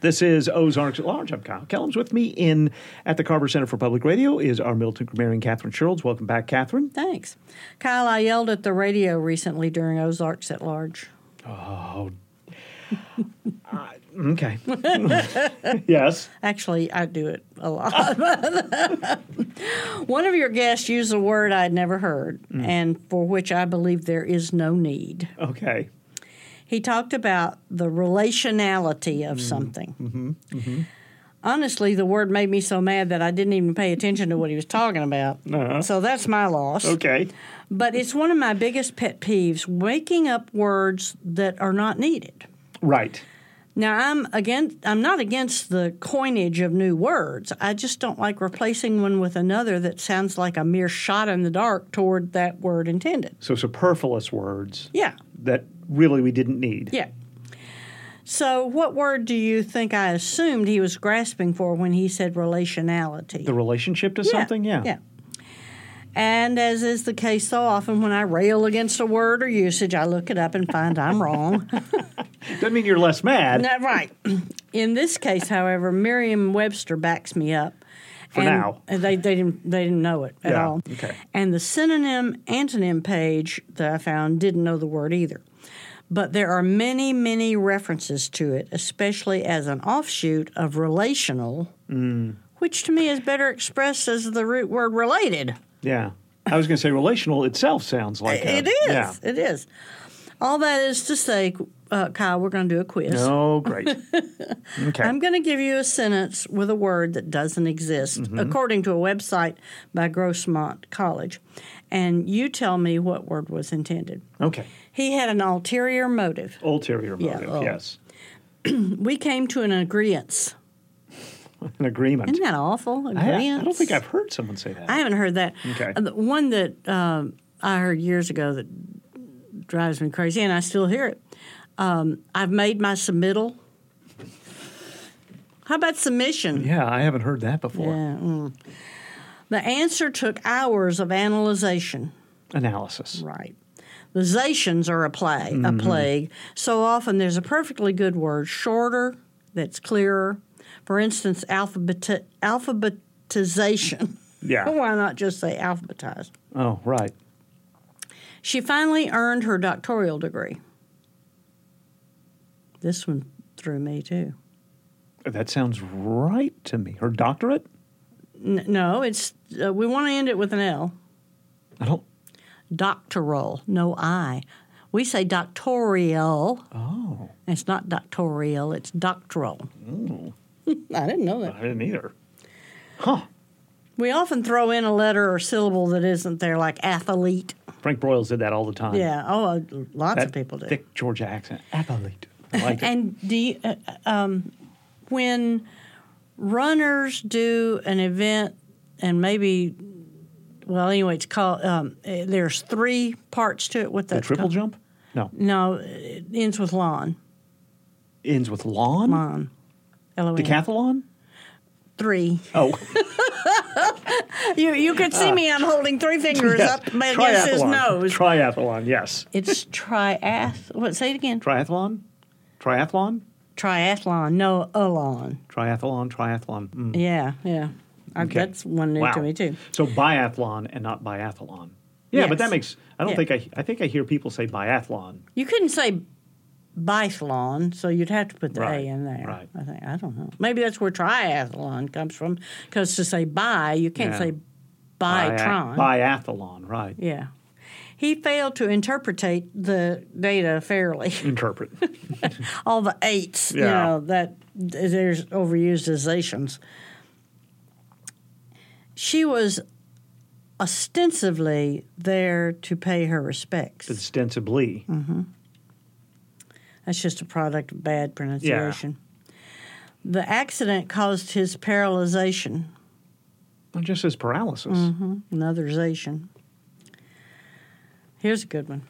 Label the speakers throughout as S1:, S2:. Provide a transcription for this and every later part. S1: This is Ozarks at Large. I'm Kyle Kellums. With me in at the Carver Center for Public Radio is our Milton grammarian, Catherine Sherrills. Welcome back, Catherine.
S2: Thanks. Kyle, I yelled at the radio recently during Ozarks at Large.
S1: Okay. yes.
S2: Actually, I do it a lot. One of your guests used a word I'd never heard and for which I believe there is no need.
S1: Okay.
S2: He talked about the relationality of something. Honestly, the word made me so mad that I didn't even pay attention to what he was talking about. So that's my loss.
S1: Okay.
S2: But it's one of my biggest pet peeves waking up words that are not needed.
S1: Right.
S2: Now I'm again I'm not against the coinage of new words. I just don't like replacing one with another that sounds like a mere shot in the dark toward that word intended.
S1: So superfluous words
S2: Yeah.
S1: that really we didn't need.
S2: Yeah. So what word do you think I assumed he was grasping for when he said relationality?
S1: The relationship to something. Yeah.
S2: Yeah. And as is the case so often, when I rail against a word or usage, I look it up and find I'm wrong.
S1: Doesn't mean you're less mad.
S2: Not right. In this case, however, Merriam-Webster backs me up.
S1: For
S2: And
S1: now.
S2: they they didn't they didn't know it at
S1: Yeah,
S2: all.
S1: okay.
S2: And the synonym antonym page that I found didn't know the word either. But there are many many references to it, especially as an offshoot of relational,
S1: Mm.
S2: which to me is better expressed as the root word related.
S1: Yeah. I was going to say relational itself sounds like a-
S2: It is.
S1: Yeah.
S2: It is. All that is to say, uh, Kyle, we're going to do a quiz.
S1: Oh, great. Okay.
S2: I'm going to give you a sentence with a word that doesn't exist,
S1: Mm-hmm.
S2: according to a website by Grossmont College. And you tell me what word was intended.
S1: okay.
S2: He had an ulterior motive.
S1: Ulterior
S2: Yeah,
S1: motive.
S2: oh.
S1: Yes.
S2: We came to an agreement.
S1: An agreement.
S2: Isn't that awful?
S1: I, I
S2: Agreement.
S1: don't think I've heard someone say that.
S2: I haven't heard that.
S1: Okay.
S2: Uh, the One that um, I heard years ago that drives me crazy, and I still hear it. Um, I've made my submittal. How about submission?
S1: yeah, I haven't heard that before.
S2: Yeah, mm. The answer took hours of analyzation.
S1: Analysis.
S2: Right. The zations are a plague, a plague. So often there's a perfectly good word, shorter, that's clearer. For instance, alphabet alphabetization.
S1: Yeah.
S2: Why not just say alphabetized?
S1: Oh, right.
S2: She finally earned her doctoral degree. This one threw me too.
S1: That sounds right to me. Her doctorate?
S2: N- no, it's uh, we want to end it with an L.
S1: I don't.
S2: doctoral, no I. We say doctorial.
S1: Oh,
S2: It's not doctorial, it's doctoral. Mm. I didn't know that.
S1: I didn't either.
S2: We often throw in a letter or syllable that isn't there, like athlete.
S1: Frank Broyles did that all the time.
S2: Yeah, oh, uh, lots
S1: That
S2: of people do.
S1: Thick Georgia accent. Athlete. I like it.
S2: And do you, uh, um, when runners do an event, and maybe, well, anyway, it's called. Um, eh, there's three parts to it. What
S1: The
S2: that's
S1: triple
S2: called.
S1: jump? No.
S2: No, it ends with lawn.
S1: Ends with lawn?
S2: Lawn. L O N.
S1: Decathlon?
S2: three.
S1: Oh, Ah.
S2: You you could see me. I'm holding three fingers
S1: yes.
S2: up against his
S1: Triathlon.
S2: nose.
S1: Triathlon, yes.
S2: it's triath. What? Say it again.
S1: Triathlon? Triathlon?
S2: Triathlon. No, alon.
S1: Triathlon, triathlon. Mm.
S2: Yeah, yeah. I,
S1: Okay.
S2: That's one new
S1: wow.
S2: to me too.
S1: So biathlon and not biathlon. Yeah, but that
S2: Yes.
S1: makes. I don't
S2: Yeah.
S1: think I. I think I hear people say biathlon.
S2: You couldn't say biathlon, so you'd have to put the
S1: Right,
S2: a in there.
S1: right.
S2: I think I don't know. Maybe that's where triathlon comes from, because to say bi, you can't
S1: Yeah.
S2: say
S1: Bia-
S2: bitron.
S1: Biathlon, right?
S2: Yeah. He failed to interpretate the data fairly.
S1: Interpret.
S2: all the eights,
S1: Yeah.
S2: you know, that there's overused as Asians. She was ostensibly there to pay her respects.
S1: Ostensibly.
S2: Mm. That's just a product of bad pronunciation. The accident caused his paralyzation,
S1: Well, just as paralysis.
S2: Mm-hmm. anotherization. Here's a good one.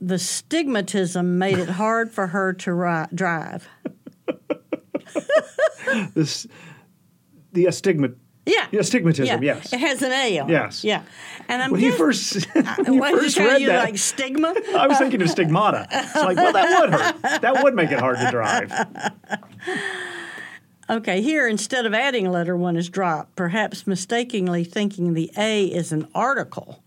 S2: The stigmatism made it hard for her to ri- drive.
S1: This, the astigmat.
S2: Yeah.
S1: Yeah, astigmatism, yes.
S2: It has an A on it.
S1: Yes.
S2: Yeah. And I'm
S1: When you
S2: guessing,
S1: first, when you
S2: what did
S1: first
S2: you tell
S1: read
S2: you,
S1: that,
S2: like stigma?
S1: I was thinking of stigmata. It's like, well, that would hurt. That would make it hard to drive.
S2: Okay, here instead of adding letter one is dropped, perhaps mistakenly thinking the A is an article.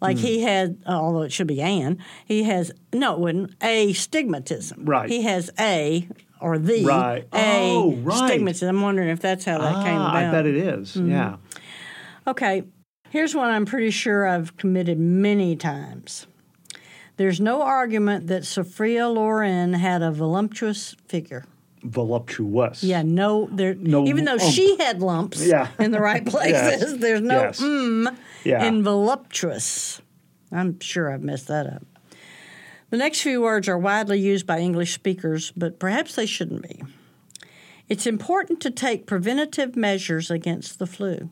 S2: Like he
S1: Hmm.
S2: had, although it should be an, he has, no, it wouldn't, a stigmatism.
S1: Right.
S2: He has a or the
S1: Right.
S2: a
S1: Oh, right.
S2: stigmatism. I'm wondering if that's how that came
S1: Ah,
S2: about. Mm-hmm.
S1: I bet it is. Yeah.
S2: Okay, here's one I'm pretty sure I've committed many times. There's no argument that Sophia Loren had a voluptuous figure.
S1: Voluptuous.
S2: Yeah, no, there.
S1: No
S2: even though
S1: ump.
S2: she had lumps
S1: Yeah.
S2: in the right places,
S1: Yes.
S2: there's no
S1: Yes.
S2: mm
S1: Yeah.
S2: in voluptuous. I'm sure I've messed that up. The next few words are widely used by English speakers, but perhaps they shouldn't be. It's important to take preventative measures against the flu.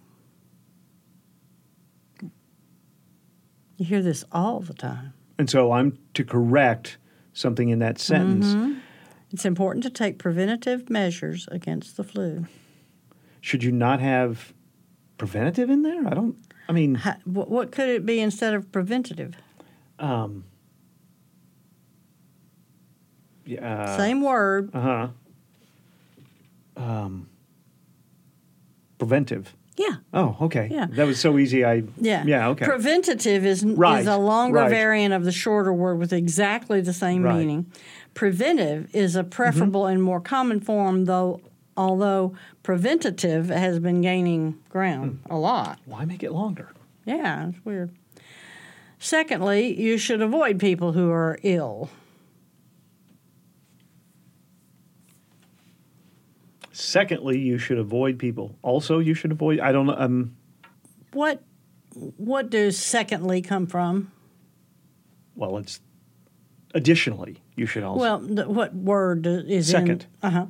S2: You hear this all the time.
S1: And so I'm to correct something in that sentence.
S2: Mm-hmm. It's important to take preventative measures against the flu.
S1: Should you not have preventative in there? I don't. I mean,
S2: How, what, what could it be instead of preventative?
S1: um, yeah.
S2: Same word.
S1: Uh huh. Um, preventive.
S2: Yeah.
S1: Oh, okay.
S2: Yeah.
S1: That was so easy. I.
S2: Yeah.
S1: Yeah. Okay.
S2: Preventative is,
S1: Right,
S2: is a longer
S1: right.
S2: variant of the shorter word with exactly the same
S1: Right. Mm-hmm.
S2: meaning. Preventive is a preferable and more common form, though. Although preventative has been gaining ground
S1: Hmm.
S2: a lot.
S1: Why make it longer?
S2: Yeah, it's weird. Secondly, you should avoid people who are ill.
S1: Secondly, you should avoid people. Also, you should avoid. I don't. Um.
S2: What what does secondly come from?
S1: Well, it's. Additionally, you should also.
S2: Well, th- what word is
S1: Second.
S2: in? Uh huh.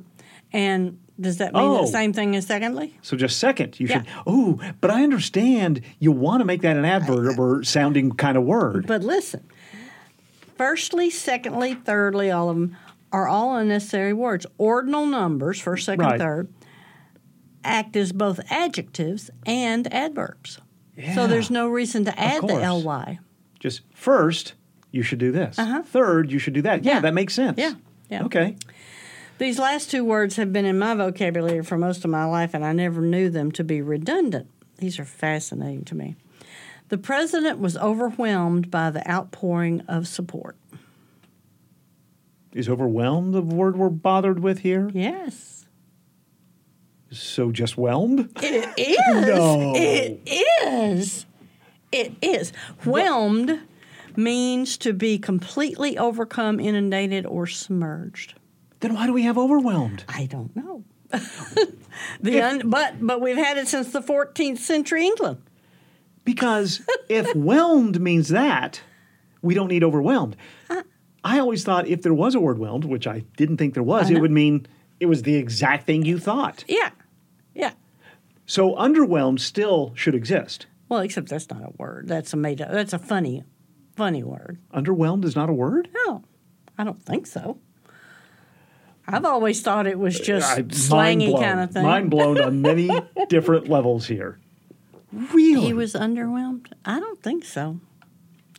S2: And does that mean
S1: Oh.
S2: the same thing as secondly?
S1: So just second, you
S2: Yeah.
S1: should. Oh, but I understand you want to make that an adverb or sounding kind of word.
S2: But listen, firstly, secondly, thirdly, all of them are all unnecessary words. Ordinal numbers, first, second,
S1: Right.
S2: third, act as both adjectives and adverbs.
S1: Yeah.
S2: So there's no reason to add the
S1: course.
S2: ly.
S1: just first, you should do this. Third, you should do that. Yeah,
S2: Uh-huh. Yeah.
S1: that makes sense.
S2: Yeah. Yeah.
S1: Okay.
S2: These last two words have been in my vocabulary for most of my life, and I never knew them to be redundant. These are fascinating to me. The president was overwhelmed by the outpouring of support.
S1: Is overwhelmed the word we're bothered with here?
S2: Yes.
S1: So just whelmed?
S2: It is.
S1: No.
S2: It is. It is. Whelmed means to be completely overcome, inundated, or submerged.
S1: Then why do we have overwhelmed?
S2: I don't know. the un- but but we've had it since the 14th century England.
S1: Because if whelmed means that, we don't need overwhelmed. I always thought if there was a word whelmed, which I didn't think there was, it would mean it was the exact thing you thought.
S2: Yeah. Yeah.
S1: So underwhelmed still should exist.
S2: Well, except that's not a word. That's a made up. That's a funny, funny word.
S1: Underwhelmed is not a word?
S2: No, I don't think so. I've always thought it was just
S1: Uh, I- mind
S2: slangy
S1: blown.
S2: kind of thing.
S1: Mind blown on many different levels here. Really?
S2: he was underwhelmed. I don't think so.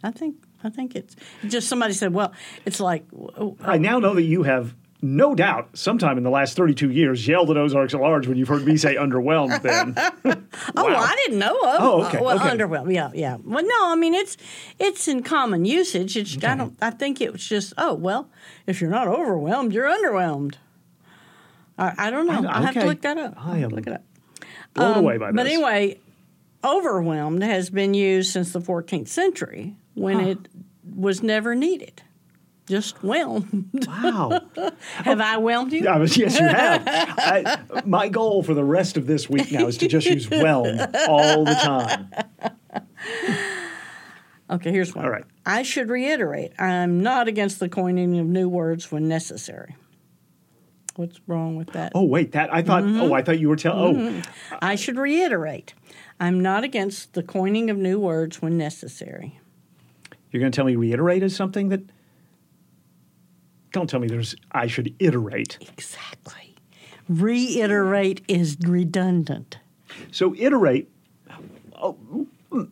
S2: I think I think it's just somebody said. Well, it's like w- oh,
S1: I now know that you have no doubt sometime in the last 32 years yelled at Ozarks at large when you've heard me say underwhelmed then.
S2: Oh, well, I didn't know of.
S1: Oh, okay,
S2: Uh, well,
S1: okay.
S2: underwhelmed. Yeah, yeah. Well, no, I mean it's it's in common usage. It's I don't. I think it was just. Oh well, if you're not overwhelmed, you're underwhelmed. I, I don't know. I, have to
S1: okay.
S2: look that up.
S1: I
S2: I'll have to
S1: am
S2: look it up.
S1: Blown away by this.
S2: Um, But anyway, overwhelmed has been used since the 14th century when it was never needed. Just whelmed.
S1: Wow. Oh,
S2: have I whelmed you?
S1: I was, yes, you have. I, my goal for the rest of this week now is to just use whelmed all the time.
S2: Okay, here's one.
S1: All right.
S2: I should reiterate I'm not against the coining of new words when necessary. What's wrong with that?
S1: Oh, wait, that I thought,
S2: Mm-hmm.
S1: oh, I thought you were telling, oh,
S2: I should reiterate I'm not against the coining of new words when necessary.
S1: you're going to tell me reiterate is something that, don't tell me there's, I should iterate.
S2: Exactly. Reiterate is redundant.
S1: So iterate. Oh, mm,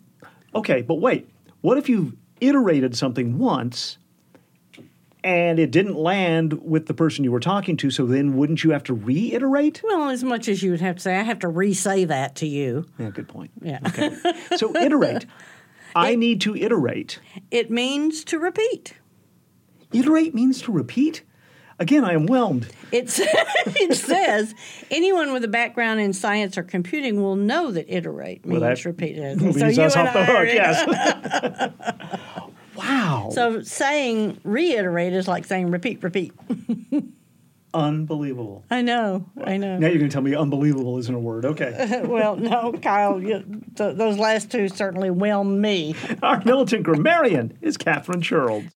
S1: okay, but wait. What if you've iterated something once and it didn't land with the person you were talking to, so then wouldn't you have to reiterate?
S2: Well, as much as you would have to say, I have to re say that to you.
S1: Yeah, good point.
S2: Yeah.
S1: Okay. So iterate. I need to iterate.
S2: It means to repeat.
S1: Iterate means to repeat. Again, I am whelmed.
S2: It's, it says anyone with a background in science or computing will know that iterate means
S1: that
S2: repeat.
S1: Leaves us off the
S2: I
S1: hook.
S2: are-
S1: Yes. wow.
S2: So saying reiterate is like saying repeat, repeat.
S1: unbelievable.
S2: I know, I know.
S1: Now you're going to tell me unbelievable isn't a word. Okay.
S2: well, no, Kyle, you, th- those last two certainly whelmed me.
S1: Our militant grammarian is Catherine Sherald.